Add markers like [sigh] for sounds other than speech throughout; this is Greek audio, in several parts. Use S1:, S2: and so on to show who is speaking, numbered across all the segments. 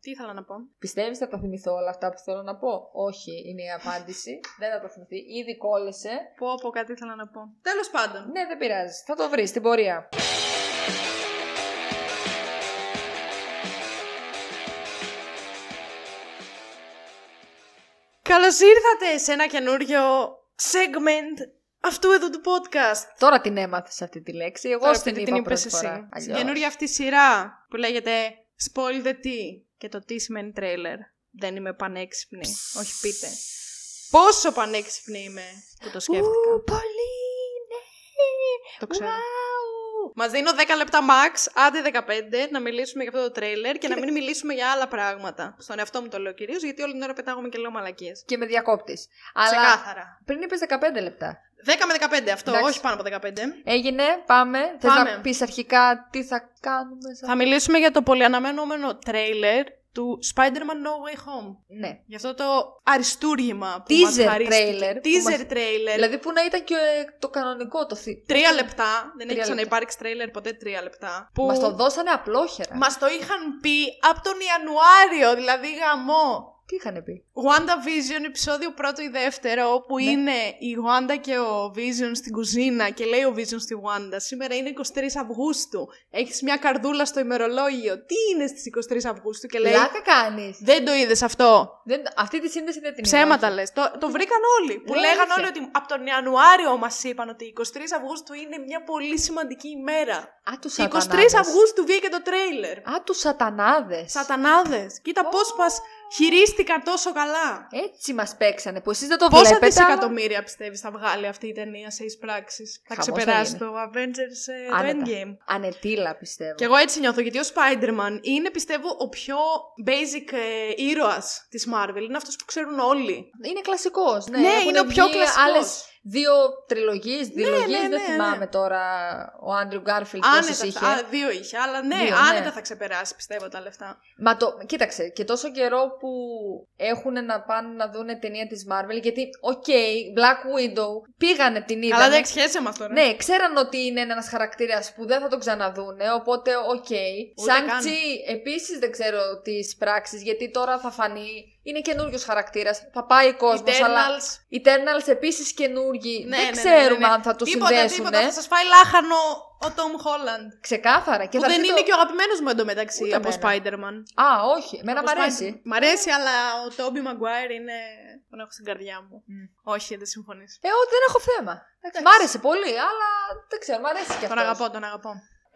S1: Τι ήθελα να πω.
S2: Πιστεύεις θα τα θυμηθώ όλα αυτά που θέλω να πω. Όχι, είναι η απάντηση. δεν θα τα θυμηθεί. Ήδη κόλλησε.
S1: Πω, πω, κάτι ήθελα να πω. Τέλος πάντων.
S2: Ναι, δεν πειράζει. Θα το βρεις στην πορεία.
S1: Καλώς ήρθατε σε ένα καινούριο segment αυτού εδώ του podcast.
S2: Τώρα την έμαθες αυτή τη λέξη. Εγώ
S1: Τώρα,
S2: στην
S1: επειδή
S2: είπα
S1: την είπες
S2: πρώτη
S1: εσύ.
S2: φορά.
S1: Στην
S2: Αλλιώς.
S1: καινούργια αυτή σειρά που λέγεται Spoil the Tea και το τι σημαίνει τρέιλερ. Δεν είμαι πανέξυπνη. Όχι πείτε. Πόσο πανέξυπνη είμαι που το σκέφτηκα.
S2: Ου, πολύ, ναι.
S1: Το ξέρω.
S2: Wow.
S1: Μας δίνω 10 λεπτά max, άντε 15, να μιλήσουμε για αυτό το τρέιλερ και να μην μιλήσουμε για άλλα πράγματα. Στον εαυτό μου το λέω κυρίως, γιατί όλη την ώρα πετάγομαι και λέω μαλακίες.
S2: Και με διακόπτη. Αλλά
S1: Ξεκάθαρα.
S2: πριν είπες 15 λεπτά.
S1: 10 με 15 αυτό,
S2: Εντάξει.
S1: όχι πάνω από 15.
S2: Έγινε, πάμε. Θες
S1: Πάμε.
S2: να πεις αρχικά τι θα κάνουμε. σαν-
S1: Θα μιλήσουμε για το πολυαναμενόμενο τρέιλερ του Spider-Man No Way Home.
S2: Ναι.
S1: Γι' αυτό το αριστούργημα που
S2: Teaser
S1: μας χαρίστηκε.
S2: trailer που
S1: Teaser
S2: μας-
S1: trailer.
S2: Δηλαδή που να ήταν και ε, το κανονικό το θη...
S1: Τρία λεπτά. Δεν έχει
S2: Τρία λεπτά.
S1: ξαναυπάρξει τρέιλερ ποτέ τρία λεπτά. Που
S2: Μας το δώσανε απλόχερα.
S1: μας το είχαν πει από τον Ιανουάριο, δηλαδή γαμό.
S2: Τι είχαν πει.
S1: WandaVision, επεισόδιο πρώτο ή δεύτερο, όπου
S2: Ναι.
S1: είναι η Wanda και ο Vision στην κουζίνα και λέει ο Vision στη Wanda, σήμερα είναι 23 Αυγούστου, έχεις μια καρδούλα στο ημερολόγιο, τι είναι στις 23 Αυγούστου και λέει,
S2: Λάκα κάνεις.
S1: δεν το είδες αυτό,
S2: Δεν... Αυτή τη σύνδεση δεν την
S1: Ψέματα
S2: υπάρχει.
S1: λες. Το, το βρήκαν όλοι. Που
S2: Ναι,
S1: λέγαν
S2: αλήθεια.
S1: όλοι ότι από τον Ιανουάριο μας είπαν ότι 23 Αυγούστου είναι μια πολύ σημαντική ημέρα.
S2: Α, τους
S1: Και 23
S2: σατανάδες.
S1: Αυγούστου βγήκε το τρέιλερ.
S2: Α, τους σατανάδες.
S1: Σατανάδες. Κοίτα
S2: Ω.
S1: πώς μας χειρίστηκαν τόσο καλά.
S2: Έτσι μας παίξανε που εσείς δεν το
S1: Πόσα
S2: βλέπετε. αλλά-
S1: δισεκατομμύρια πιστεύεις θα βγάλει αυτή η ταινία σε εισπράξεις. Θα
S2: Χαμός θα
S1: ξεπεράσει
S2: γίνει.
S1: το Avengers ε,
S2: Άνετα.
S1: το Endgame.
S2: Ανετήλα πιστεύω.
S1: Και εγώ έτσι νιώθω, γιατί ο Spider-Man είναι πιστεύω ο πιο basic ε, ήρωας της Marvel. Είναι αυτός που ξέρουν όλοι.
S2: Είναι κλασικός. Ναι,
S1: Ναι,
S2: Έχουν
S1: είναι ο πιο
S2: βγει
S1: κλασικός.
S2: Άλλες δύο τριλογίες, διλογίες,
S1: ναι,
S2: δεν
S1: ναι,
S2: θυμάμαι
S1: ναι.
S2: τώρα ο Άντριου Γκάρφιλτ πόσες
S1: Άνετα.
S2: είχε.
S1: θα- Α, δύο είχε, αλλά ναι,
S2: Δύο, ναι.
S1: άνετα θα ξεπεράσει πιστεύω τα λεφτά.
S2: Μα το, κοίταξε, και τόσο καιρό που έχουν να πάνε να δουν ταινία της Marvel, γιατί, οκ, Black Widow, πήγανε την είδανε.
S1: Καλά, δεν έχει σχέση με αυτό.
S2: Ναι, ξέραν ότι είναι ένας χαρακτήρας που δεν θα τον ξαναδούνε, οπότε οκ. Σαν
S1: καν.
S2: Τσι επίσης δεν ξέρω τις πράξεις, γιατί τώρα θα φανεί, είναι καινούριος χαρακτήρας, θα πάει κόσμος, αλλά... Eternals επίσης
S1: Ναι,
S2: καινούργιοι, δεν ξέρουμε αν θα το
S1: τίποτα,
S2: συνδέσουν.
S1: Τίποτα, θα σας φάει λάχανο ο Τόμ Χόλαντ.
S2: Ξεκάθαρα. Και
S1: Που
S2: θα
S1: δεν
S2: έρθει
S1: είναι
S2: το...
S1: και ο αγαπημένος μου εντωμεταξύ
S2: Ούτε
S1: από
S2: εμένα.
S1: Spider-Man.
S2: Α, όχι, εμένα μ'
S1: Από
S2: αρέσει.
S1: Spider-Man. Μ' αρέσει, αλλά ο Τόμπι Μαγκουάιρ είναι. τον έχω στην καρδιά μου.
S2: Μμ.
S1: Όχι, δεν συμφωνείς.
S2: Ε, ό, δεν έχω θέμα. Μ' άρεσε πολύ, αλλά δεν ξέρω, μ' αρέσει και αυτό.
S1: Τον αγαπώ, τον αγαπώ.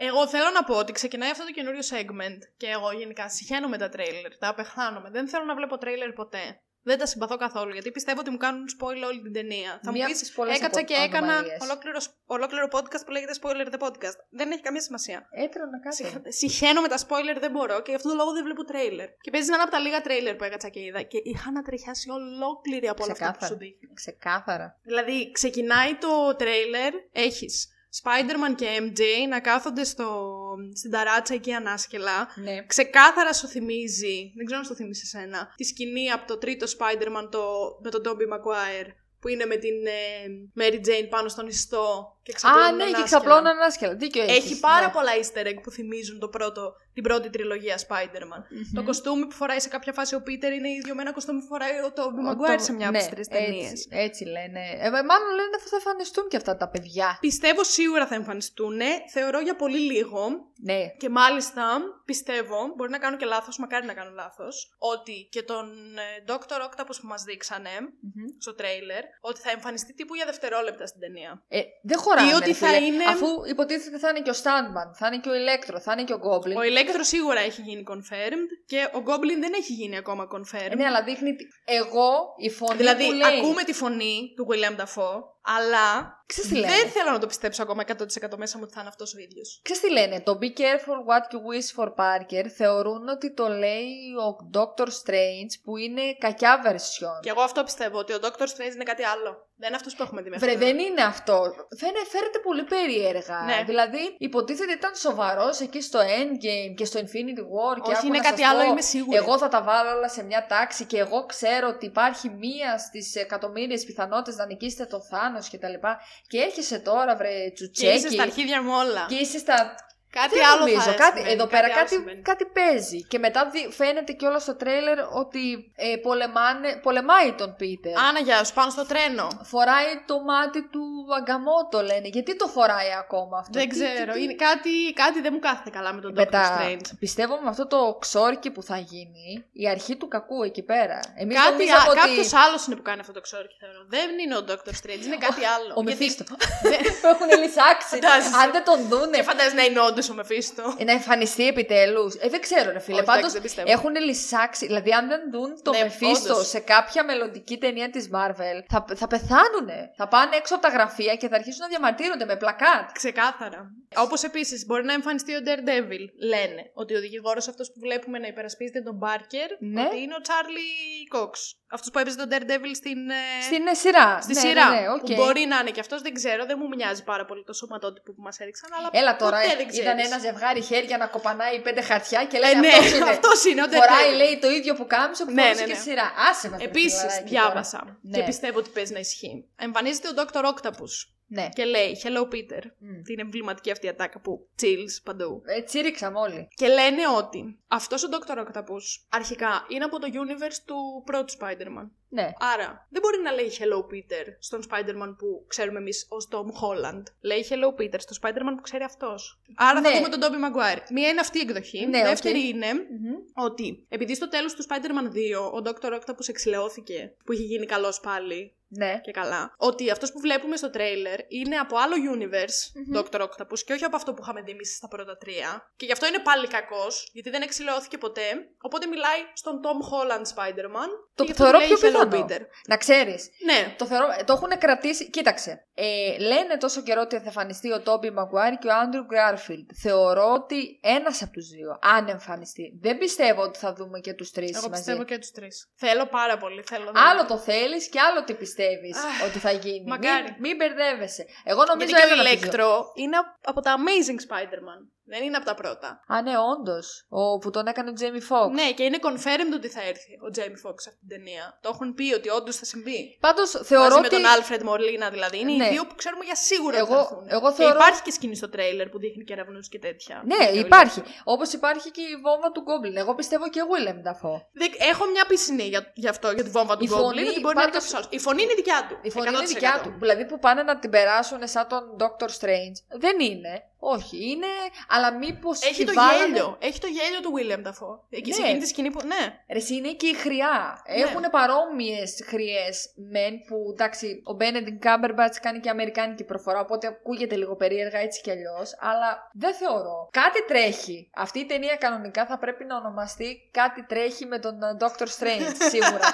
S1: Εγώ θέλω να πω ότι ξεκινάει αυτό το καινούριο segment και εγώ γενικά συχαίνω με τα τρέιλερ, τα απεχθάνομαι. Δεν θέλω να βλέπω τρέιλερ ποτέ. Δεν τα συμπαθώ καθόλου γιατί πιστεύω ότι μου κάνουν spoil όλη την ταινία. Θα μου
S2: Μία από
S1: πεις,
S2: τις πολλές
S1: έκατσα
S2: απο-
S1: και έκανα
S2: ανομαλίες.
S1: ολόκληρο, ολόκληρο podcast που λέγεται spoiler the podcast. Δεν έχει καμία σημασία.
S2: Έτρωνα κάτι.
S1: Συχα- Συχαίνω με τα spoiler, δεν μπορώ και γι' αυτόν τον λόγο δεν βλέπω τρέιλερ. Και παίζει να είναι από τα λίγα τρέιλερ που έκατσα και είδα και είχα να τριχιάσει ολόκληρη από όλα αυτά που
S2: Ξεκάθαρα.
S1: σου δείχνει.
S2: Ξεκάθαρα.
S1: Δηλαδή, ξεκινάει το τρέιλερ, έχεις Spider-Man και MJ να κάθονται στο, στην ταράτσα εκεί ανάσκελα.
S2: Ναι.
S1: Ξεκάθαρα σου θυμίζει, δεν ξέρω αν σου θυμίζει εσένα, τη σκηνή από το τρίτο Spider-Man το, με τον Tobey Maguire που είναι με την ε, Mary Jane πάνω στον ιστό και ξαπλώνουν
S2: Α, ναι, και
S1: ανάσκελα.
S2: ξαπλώνα ανάσκελα. Δίκιο έχεις.
S1: Έχει πάρα
S2: ναι.
S1: πολλά easter egg που θυμίζουν το πρώτο, την πρώτη τριλογία Spider-Man.
S2: Μμμ.
S1: Το κοστούμι που φοράει σε κάποια φάση ο Peter είναι ίδιο με ένα κοστούμι που φοράει ο Tobey
S2: Ο
S1: Maguire
S2: το-
S1: σε μια από
S2: ναι,
S1: τις τρεις ταινίες.
S2: Έτσι, έτσι λένε. Ε, μα- μάλλον λένε ότι θα εμφανιστούν και αυτά τα παιδιά.
S1: Πιστεύω σίγουρα θα εμφανιστούν. Θεωρώ για πολύ λίγο.
S2: Ναι.
S1: Και μάλιστα πιστεύω, μπορεί να κάνω και λάθος, μακάρι να κάνω λάθος, ότι και τον ε, Dr. Octopus που μας δείξανε
S2: Μμμ.
S1: στο τρέιλερ, ότι θα εμφανιστεί τύπου για δευτερόλεπτα στην ταινία.
S2: Ε, δεν χωράνε.
S1: Ή ότι
S2: ρε
S1: θα
S2: φίλε.
S1: είναι-
S2: Αφού υποτίθεται θα είναι και ο Sandman, θα είναι και ο Electro, θα είναι και ο Goblin.
S1: Ο Electro σίγουρα έχει γίνει confirmed και ο Goblin δεν έχει γίνει ακόμα
S2: Ε,
S1: confirmed.
S2: Ναι, αλλά δείχνει. τι- Εγώ η φωνή
S1: Δηλαδή,
S2: που λέει.
S1: ακούμε τη φωνή του William Dafoe, αλλά
S2: Ξέρεις τι λένε.
S1: δεν θέλω να το πιστέψω ακόμα 100% μέσα μου ότι θα είναι αυτός ο ίδιος.
S2: Ξέρεις τι λένε, το Be careful what you wish for Parker θεωρούν ότι το λέει ο Doctor Strange που είναι κακιά version.
S1: Και εγώ αυτό πιστεύω, ότι ο Dr. Strange είναι κάτι άλλο. Δεν είναι αυτός που έχουμε δει μέχρι
S2: Βρε
S1: τώρα.
S2: δεν είναι αυτό. Φαίνε, φέρεται πολύ περίεργα.
S1: Ναι.
S2: Δηλαδή υποτίθεται ήταν σοβαρός εκεί στο Endgame και στο Infinity War και
S1: Όχι,
S2: άκου
S1: είναι
S2: να
S1: κάτι
S2: σας
S1: άλλο,
S2: πω,
S1: είμαι σίγουρη.
S2: Εγώ θα τα βάλω όλα σε μια τάξη και εγώ ξέρω ότι υπάρχει μία στις εκατομμύριες πιθανότητες να νικήσετε τον Θάνος και τα λοιπά. Και έρχεσαι τώρα βρε
S1: Και είσαι
S2: τσουτσέκι
S1: στα αρχίδια μου όλα.
S2: και είσαι στα
S1: Κάτι
S2: Δεν
S1: άλλο
S2: νομίζω.
S1: θα
S2: κάτι,
S1: συμβαίνει,
S2: εδώ πέρα
S1: άλλο
S2: κάτι,
S1: συμβαίνει.
S2: κάτι, παίζει. Και μετά δι- φαίνεται κιόλα στο τρέιλερ ότι ε, πολεμάνε, πολεμάει τον Πίτερ.
S1: Άνα, γεια σου, πάνω στο τρένο.
S2: Φοράει το μάτι του Αγκαμότο, λένε. Γιατί το φοράει ακόμα αυτό.
S1: Δεν
S2: τι-
S1: ξέρω.
S2: τι- τι-
S1: Είναι κάτι, κάτι δεν μου κάθεται καλά με τον
S2: Με
S1: Doctor
S2: τα-
S1: Strange.
S2: Πιστεύω με αυτό το ξόρκι που θα γίνει, η αρχή του κακού εκεί πέρα. Εμείς
S1: Κάτι,
S2: νομίζαμε
S1: α...
S2: ότι...
S1: Κάποιος άλλος είναι που κάνει αυτό το ξόρκι, θεωρώ. Δεν είναι ο Dr. Strange, είναι κάτι άλλο.
S2: Ο
S1: Γιατί-
S2: Μεφίστο.
S1: [laughs] Δεν-
S2: Που [laughs] έχουν λυσάξει.
S1: Φαντάζεσαι.
S2: Αν δεν τον
S1: Και
S2: δούνε.
S1: φαντάζεσαι να είναι όντω ο Μεφίστο.
S2: ε, Να εμφανιστεί επιτέλους. Ε, δεν ξέρω, ρε φίλε.
S1: Όχι,
S2: Πάντω
S1: εντάξει, δεν πιστεύω.
S2: έχουν λυσάξει. Δηλαδή, αν δεν δουν το
S1: Ναι,
S2: Μεφίστο
S1: όντως.
S2: σε κάποια μελλοντική ταινία της Marvel, θα, θα πεθάνουνε. Θα πάνε έξω από τα γραφεία και θα αρχίσουν να διαμαρτύρονται με πλακάτ.
S1: Ξεκάθαρα. Όπως επίσης μπορεί να εμφανιστεί ο Daredevil. Λένε ότι ο δικηγόρος αυτός που βλέπουμε να υπερασπίζεται τον Μπάρκερ
S2: Ναι.
S1: ότι είναι ο Τσάρλι Κόξ. Αυτός που έπαιζε τον Daredevil στην. ε,
S2: Στην ε, σειρά.
S1: Στη
S2: Ναι, ναι,
S1: σειρά.
S2: ναι, οκ.
S1: Που μπορεί να είναι και αυτός, δεν ξέρω, δεν μου μοιάζει πάρα πολύ το σωματότυπο που μας έδειξαν. Αλλά
S2: Έλα τώρα, ε,
S1: ποτέ δεν
S2: ήταν
S1: ξέρεις.
S2: ένα ζευγάρι χέρια να κοπανάει πέντε χαρτιά και λέει
S1: Ε, ναι,
S2: αυτός είναι.
S1: αυτός είναι ο
S2: Φοράει,
S1: Daredevil.
S2: λέει, το ίδιο που κάμισε που
S1: Ναι,
S2: φορούσε
S1: ναι,
S2: και
S1: ναι.
S2: στη σειρά. Άσε μας με
S1: Επίση,
S2: φιλαράκι
S1: διάβασα
S2: Ναι.
S1: και πιστεύω ότι παίζει να ισχύει. Εμφανίζεται ο Dr. Octopus
S2: τώρα. Ναι.
S1: και λέει Hello Peter.
S2: Μμ.
S1: Την εμβληματική αυτή ατάκα που chills παντού.
S2: Ε, τσίριξαμε όλοι.
S1: Και λένε ότι αυτός ο Dr. Octopus αρχικά είναι από το universe του πρώτου Spider-Man.
S2: Ναι.
S1: Άρα δεν μπορεί να λέει Hello Peter στον Spider-Man που ξέρουμε εμείς ως Tom Holland. Λέει Hello Peter στον Spider-Man που ξέρει αυτός. Άρα
S2: Ναι.
S1: θα δούμε τον Tobey Maguire. Μία είναι αυτή η εκδοχή.
S2: Ναι, οκ.
S1: Δεύτερη είναι
S2: Μμμ.
S1: ότι επειδή στο τέλος του Spider-Man 2 ο Dr. Octopus εξηλαιώθηκε που είχε γίνει καλός πάλι
S2: Ναι.
S1: και καλά. Ότι αυτός που βλέπουμε στο τρέιλερ είναι από άλλο universe,
S2: Μμμ.
S1: Dr. Octopus, και όχι από αυτό που είχαμε δει εμείς στα πρώτα τρία. Και γι' αυτό είναι πάλι κακός, γιατί δεν εξηλαιώθηκε ποτέ. Οπότε μιλάει στον Tom Holland Spider-Man. και
S2: Το
S1: γι' αυτό
S2: θεωρώ
S1: του λέει
S2: πιο
S1: Hello,
S2: πιθανό.
S1: Peter.
S2: Να ξέρεις.
S1: Ναι.
S2: Το, θεωρώ, ε, το έχουν κρατήσει. Κοίταξε. Ε, λένε τόσο καιρό ότι θα εμφανιστεί ο Τόμπι Μαγκουάρ και ο Άντρου Γκάρφιλντ. Θεωρώ ότι ένας από τους δύο, αν εμφανιστεί. Δεν πιστεύω ότι θα δούμε και τους τρεις μαζί.
S1: Εγώ πιστεύω και τους τρεις. Θέλω πάρα πολύ. Θέλω να-
S2: Άλλο το θέλεις και άλλο τι πιστεύεις
S1: Αχ,
S2: ότι θα γίνει.
S1: μακάρι.
S2: Μην, μην μπερδεύεσαι. Εγώ νομίζω
S1: Γιατί και ο
S2: έναν από τους δύο.
S1: Electro είναι από τα Amazing Spider-Man. Δεν είναι από τα πρώτα.
S2: Α, ναι, όντως. Ο που τον έκανε ο Τζέμι Φόξ.
S1: Ναι, και είναι confirmed ότι θα έρθει ο Jamie Foxx σε αυτήν την ταινία. Το έχουν πει ότι όντως θα συμβεί.
S2: Πάντως θεωρώ
S1: Μαζί
S2: ότι.
S1: με τον Άλφρεντ Μορλίνα δηλαδή. Είναι
S2: Ναι.
S1: οι δύο που ξέρουμε για σίγουρα
S2: Εγώ-
S1: ότι θα έρθουν.
S2: εγώ
S1: Και
S2: θεωρώ-
S1: υπάρχει και σκηνή στο τρέιλερ που δείχνει κεραυνού και τέτοια.
S2: Ναι,
S1: Και
S2: υπάρχει.
S1: όλα.
S2: Όπως υπάρχει και η βόμβα του Γκόμπλιν. Εγώ πιστεύω και Willem Dafoe.
S1: Δεν- λοιπόν. Έχω μια πισινή για, για αυτό, για τη βόμβα του
S2: Η
S1: Γκόμπλιν.
S2: φωνή,
S1: ότι μπορεί να είναι
S2: πάντως-
S1: κάποιος άλλος. Η φωνή είναι δικιά του.
S2: Η φωνή είναι δικιά του. Δηλαδή που πάνε να την περάσουν σαν τον Doctor Strange. Δεν είναι. Όχι, είναι. Αλλά μήπως.
S1: Έχει το γέλιο. Έχει το γέλιο του William Dafoe. Εκεί σε
S2: Ναι.
S1: εκείνη τη σκηνή που. Ναι.
S2: Ρε, εσύ είναι και η χρειά.
S1: Ναι.
S2: Έχουν παρόμοιες χρειές μεν που εντάξει, ο Benedict Cumberbatch κάνει και αμερικάνικη προφορά, οπότε ακούγεται λίγο περίεργα έτσι κι αλλιώς. Αλλά δεν θεωρώ. Κάτι τρέχει. Αυτή η ταινία κανονικά θα πρέπει να ονομαστεί Κάτι τρέχει με τον ε, Doctor Strange, σίγουρα.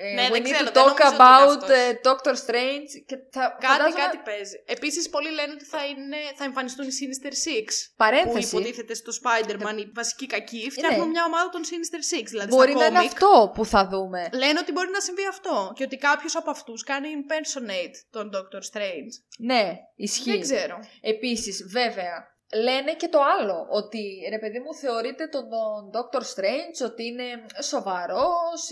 S2: Ε,
S1: [laughs] Ναι,
S2: we
S1: δεν
S2: need
S1: ξέρω,
S2: to
S1: δεν
S2: talk
S1: νομίζω ότι
S2: about
S1: είναι
S2: ε, Doctor Strange και θα
S1: Κάτι,
S2: φαντάζομαι-
S1: κάτι παίζει. Επίσης, πολλοί λένε ότι θα, είναι, θα εμφανιστούν οι Sinister Six. Που
S2: Παρένθεση.
S1: υποτίθεται στο Spider-Man οι βασικοί κακοί.
S2: Ναι.
S1: Φτιάχνουν μια ομάδα των Sinister Six. Δηλαδή
S2: Μπορεί
S1: στα
S2: να είναι
S1: comic.
S2: αυτό που θα δούμε.
S1: Λένε ότι μπορεί να συμβεί αυτό και ότι κάποιος από αυτούς κάνει impersonate τον Doctor Strange.
S2: Ναι, ισχύει.
S1: Δεν ξέρω.
S2: Επίσης, βέβαια, λένε και το άλλο. Ότι ρε παιδί μου, θεωρείτε τον, τον Dr. Strange ότι είναι σοβαρός,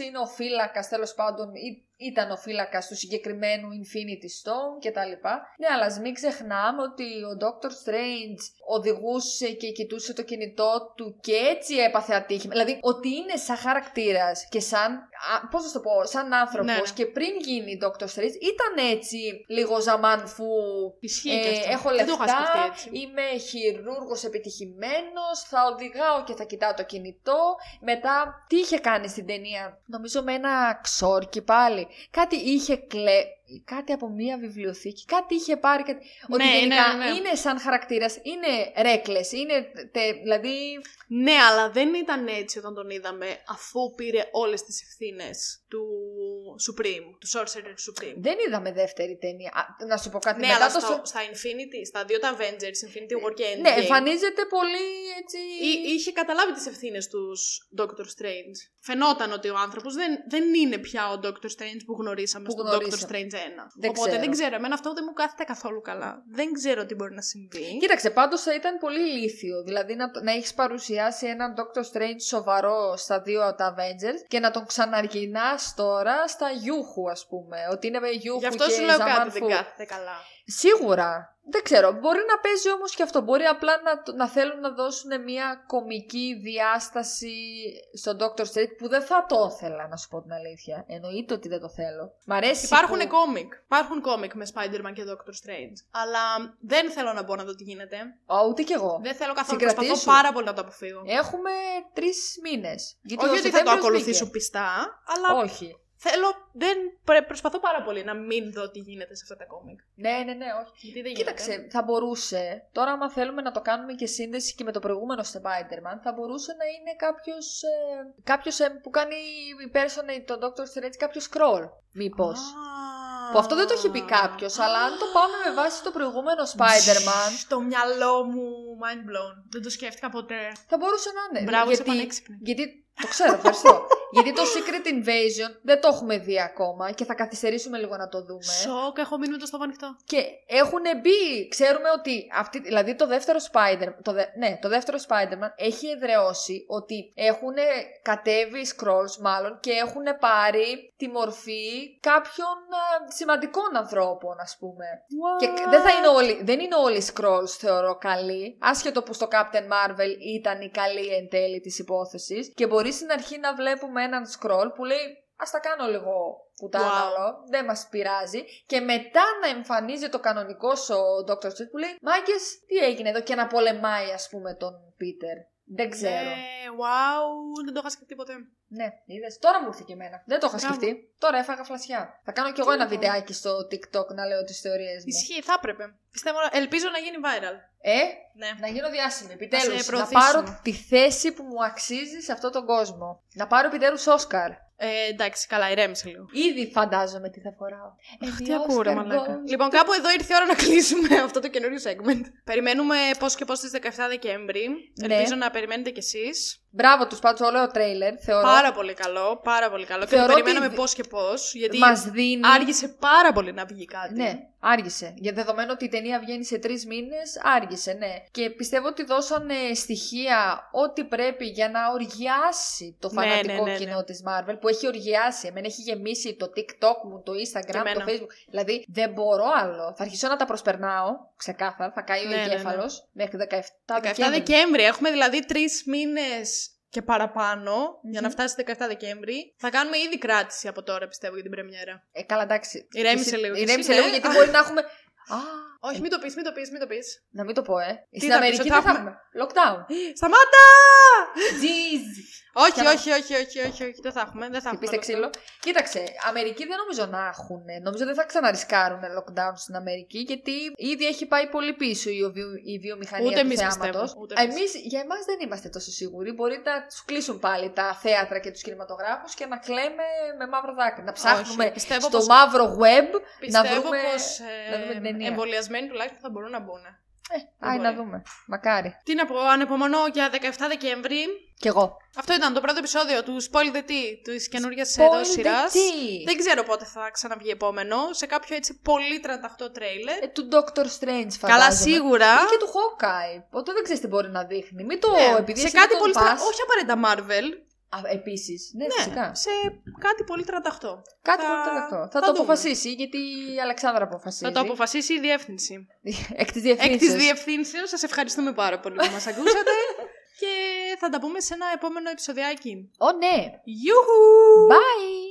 S2: είναι ο φύλακας τέλος πάντων, ή- ήταν ο φύλακας του συγκεκριμένου Infinity Stone κτλ. Ναι, αλλά μην ξεχνάμε ότι ο Dr. Strange οδηγούσε και κοιτούσε το κινητό του και έτσι έπαθε ατύχημα. Δηλαδή, ότι είναι σαν χαρακτήρας και σαν. Πώς να σου το πω, σαν άνθρωπος
S1: Ναι, ναι.
S2: και πριν γίνει Dr. Strange ήταν έτσι λίγο ζαμάνφου
S1: Ισχύει και αυτό.
S2: ε, έχω
S1: Δεν το είχα σκεφτεί
S2: λεφτά,
S1: έτσι.
S2: είμαι χειρούργος επιτυχημένος, θα οδηγάω και θα κοιτάω το κινητό. Μετά, τι είχε κάνει στην ταινία, νομίζω με ένα ξόρκι πάλι. Κάτι είχε κλε... κάτι από μία βιβλιοθήκη, κάτι είχε πάρει, κάτι...
S1: Ναι,
S2: ότι
S1: ναι,
S2: γενικά
S1: ναι, ναι.
S2: είναι σαν χαρακτήρας, είναι ρέκλες, είναι τε, δηλαδή...
S1: Ναι, αλλά δεν ήταν έτσι όταν τον είδαμε αφού πήρε όλες τις ευθύνες του Supreme, του Sorcerer Supreme.
S2: Δεν είδαμε δεύτερη ταινία. Α, να σου πω κάτι
S1: ναι,
S2: μετά
S1: αλλά
S2: το...
S1: στο,
S2: σου-
S1: στα Infinity, στα δύο τα Avengers, Infinity War και Endgame.
S2: Ναι, εμφανίζεται πολύ έτσι...
S1: εί- είχε καταλάβει τις ευθύνες τους Doctor Strange. Φαινόταν ότι ο άνθρωπος δεν, δεν είναι πια ο Doctor Strange που γνωρίσαμε
S2: Που
S1: στον
S2: γνωρίσαμε.
S1: Doctor Strange 1.
S2: Δεν
S1: Οπότε
S2: ξέρω.
S1: δεν ξέρω, εμένα αυτό δεν μου κάθεται καθόλου καλά. Δεν ξέρω τι μπορεί να συμβεί.
S2: Κοίταξε, πάντως ήταν πολύ ηλίθιο. Δηλαδή να, να έχεις παρουσιάσει έναν Doctor Strange σοβαρό στα δύο τα Avengers και να τον ξαναργυνά τώρα στα Γιούχου, ας πούμε. Ότι είναι με Γιούχου
S1: Γι' αυτό
S2: και
S1: σου λέω κάτι
S2: Ζαμάνφου.
S1: δεν κάθεται καλά.
S2: Σίγουρα. Δεν ξέρω, μπορεί να παίζει όμως και αυτό. Μπορεί απλά να, το- να θέλουν να δώσουν μια κομική διάσταση στον Dr. Strange που δεν θα το ήθελα, να σου πω την αλήθεια. Εννοείται ότι δεν το θέλω. Μ' αρέσει
S1: Υπάρχουν
S2: που...
S1: κόμικ. Υπάρχουν κόμικ με Spider-Man και Doctor Strange. Αλλά δεν θέλω να μπω να δω τι γίνεται.
S2: Α, ούτε κι εγώ.
S1: Δεν θέλω καθόλου.
S2: Συγκρατήσου.
S1: Προσπαθώ πάρα πολύ να το αποφύγω.
S2: Έχουμε τρεις μήνες. Γιατί ο
S1: Όχι ότι θα το
S2: Σεπτέμβριος
S1: ακολουθήσω
S2: μπήκε.
S1: πιστά, αλλά
S2: Όχι.
S1: θέλω. Δεν, πρε- προσπαθώ πάρα πολύ να μην δω τι γίνεται σε αυτά τα κόμικ.
S2: Ναι, ναι, ναι, όχι.
S1: Γιατί δεν γίνεται.
S2: Κοίταξε, θα μπορούσε, τώρα άμα θέλουμε να το κάνουμε και σύνδεση και με το προηγούμενο Spider-Man, θα μπορούσε να είναι κάποιος, ε, κάποιος ε, που κάνει impersonate τον Dr. Strange, κάποιος crawl, μήπως.
S1: Α.
S2: Που αυτό δεν το έχει πει κάποιος, αλλά αν το πάμε με βάση το προηγούμενο Spider-Man,
S1: Στο μυαλό μου, mind blown. Δεν το σκέφτηκα ποτέ.
S2: θα μπορούσε να είναι.
S1: Μπράβο, είσαι
S2: Ε, γιατί,
S1: πανέξυπνη.
S2: γιατί το ξέρω, ευχαριστώ. γιατί το Secret Invasion δεν το έχουμε δει ακόμα και θα καθυστερήσουμε λίγο να το δούμε.
S1: Σοκ, έχω μείνει με το στόμα ανοιχτό.
S2: Και έχουν μπει, ξέρουμε ότι αυτή, δηλαδή το δεύτερο Spider, το δε- ναι, το δεύτερο Spider-Man έχει εδραιώσει ότι έχουν κατέβει οι scrolls μάλλον και έχουν πάρει τη μορφή κάποιων α, σημαντικών ανθρώπων ας πούμε. Και κ- δεν, θα είναι όλοι, δεν είναι όλοι οι scrolls θεωρώ καλοί, άσχετο που στο Captain Marvel ήταν η καλή εν τέλει της υπόθεσης και μπορεί στην αρχή να βλέπουμε έναν scroll που λέει ας τα κάνω λίγο πουτάνα
S1: Wow.
S2: όλο, δεν μας πειράζει και μετά να εμφανίζει το κανονικό σου ο Dr. Strange που λέει μάγκες τι έγινε εδώ και να πολεμάει ας πούμε τον Peter. Δεν ξέρω.
S1: Ναι, wow, δεν το είχα σκεφτεί ποτέ.
S2: Ναι, είδες. Τώρα μου ήρθε και εμένα. Δεν το είχα
S1: Μπράβο.
S2: σκεφτεί. Τώρα έφαγα φλασιά. Θα κάνω κι εγώ
S1: Τι
S2: ένα
S1: να πω.
S2: βιντεάκι στο TikTok να λέω τις θεωρίες μου.
S1: Ισχύει, θα έπρεπε. Πιστεύω, ελπίζω να γίνει viral.
S2: Ε,
S1: Ναι.
S2: να γίνω διάσημη.
S1: Να
S2: Επιτέλου.
S1: σε
S2: Να,
S1: προωθήσουμε.
S2: πάρω τη θέση που μου αξίζει σε αυτόν τον κόσμο. Να πάρω επιτέλους Όσκαρ.
S1: Ε, εντάξει, καλά, ηρέμησε λίγο.
S2: Ήδη φαντάζομαι τι θα φοράω.
S1: Αχ,
S2: Επειδή
S1: τι ακούω, ρε
S2: Όσκαρ
S1: μαλάκα.
S2: goes
S1: Λοιπόν,
S2: to-
S1: κάπου εδώ ήρθε η ώρα να κλείσουμε [laughs] αυτό το καινούριο segment. Περιμένουμε πώς και πώς στις 17 Δεκέμβρη.
S2: Ναι.
S1: Ελπίζω να περιμένετε κι εσείς.
S2: Μπράβο τους πάντως, ωραίο τρέιλερ. Θεωρώ.
S1: Πάρα πολύ καλό, πάρα πολύ καλό.
S2: Θεωρώ
S1: και το
S2: ότι
S1: περιμέναμε
S2: δι-
S1: πώς και πώς. Γιατί
S2: Μας δίνει.
S1: άργησε πάρα πολύ να βγει κάτι.
S2: Ναι, άργησε. Για δεδομένου ότι η ταινία βγαίνει σε τρεις μήνες, άργησε, ναι. Και πιστεύω ότι δώσανε στοιχεία ό,τι πρέπει για να οργιάσει το
S1: Ναι, ναι,
S2: φανατικό
S1: ναι, ναι.
S2: κοινό της Marvel που έχει οργιάσει. Εμένα έχει γεμίσει το TikTok μου, το
S1: Και
S2: Instagram,
S1: εμένα.
S2: το Facebook. Δηλαδή δεν μπορώ άλλο. Θα αρχίσω να τα προσπερνάω, ξεκάθαρα. Θα καεί
S1: Ναι,
S2: ο
S1: ναι, ναι.
S2: εγκέφαλος μέχρι 17,
S1: 17 Δεκέμβρη. Έχουμε δηλαδή τρεις μήνες και παραπάνω για να
S2: Μμμ.
S1: φτάσει στις 17 Δεκέμβρη. Θα κάνουμε ήδη κράτηση από τώρα, πιστεύω, για την Πρεμιέρα.
S2: Ε, καλά, εντάξει.
S1: Ηρέμησε
S2: Εσύ-
S1: λίγο.
S2: Ηρέμησε
S1: Εσύ,
S2: λίγο
S1: ναι.
S2: γιατί μπορεί να έχουμε. Α, Ε.
S1: Όχι, μην το πεις, μην το πεις, μην το πεις.
S2: να μην το πω, ε. Στην
S1: θα πεις,
S2: Αμερική
S1: ότι
S2: δεν
S1: θα
S2: θα έχουμε.
S1: [gasps]
S2: Lockdown.
S1: Σταμάτα!
S2: Jeez. Κι
S1: όχι,
S2: άμα-
S1: όχι, όχι, όχι, όχι, όχι, δεν θα έχουμε. Δεν θα έχουμε
S2: Χτυπήστε
S1: lockdown.
S2: ξύλο. Κοίταξε, Αμερική δεν νομίζω να έχουν. Νομίζω δεν θα ξαναρισκάρουν lockdown στην Αμερική, γιατί ήδη έχει πάει πολύ πίσω η, βιο- η βιομηχανία
S1: Ούτε
S2: του
S1: εμείς
S2: θεάματο.
S1: πιστεύω, ούτε εμείς.
S2: Εμείς, για εμάς δεν είμαστε τόσο σίγουροι. Μπορεί να τους κλείσουν πάλι τα θέατρα και τους κινηματογράφους και να κλαίμε με μαύρο δάκρυ. Να ψάχνουμε
S1: Όχι, πιστεύω
S2: στο
S1: πως-
S2: μαύρο web.
S1: Πιστεύω
S2: βρούμε-
S1: πως ε,
S2: να δούμε την ταινία.
S1: εμβολιασμένοι τουλάχιστον θα μπορούν να μπουν.
S2: Ε, Άι,
S1: μπορεί.
S2: να δούμε. Μακάρι.
S1: Τι να πω, ανεπομονώ για 17 Δεκέμβρη.
S2: Κι εγώ. Αυτό
S1: Αυτό ήταν το πρώτο επεισόδιο του Spoil the Tea της καινούργια εδώ σειράς. Δεν ξέρω πότε θα ξαναβγεί επόμενο. Σε κάποιο έτσι πολύ τρανταχτό τρέιλερ.
S2: Ε, Του Doctor Strange, φαντάζομαι.
S1: Καλά, σίγουρα.
S2: Ή και του Hawkeye. Οπότε δεν ξέρεις τι μπορεί να δείχνει. Μην το.
S1: Ναι,
S2: επειδή
S1: σε
S2: εσύ
S1: κάτι
S2: δεν τον
S1: πολύ. στρα-
S2: πας-
S1: Όχι απαραίτητα Marvel.
S2: Επίσης. Ναι, φυσικά.
S1: Σε κάτι πολύ τρανταχτό.
S2: Κάτι
S1: Θα-
S2: πολύ τρελαθώ. Θα,
S1: θα
S2: το
S1: δούμε.
S2: αποφασίσει, γιατί η Αλεξάνδρα αποφασίζει.
S1: Θα το αποφασίσει η διεύθυνση.
S2: [laughs] Εκ της
S1: Εκ
S2: διευθύνσεω.
S1: της διευθύνσεως, σας ευχαριστούμε πάρα πολύ που μας
S2: [laughs]
S1: ακούσατε. και θα τα πούμε σε ένα επόμενο επεισοδιάκι.
S2: Ω, ναι.
S1: Γιούχου!
S2: Bye!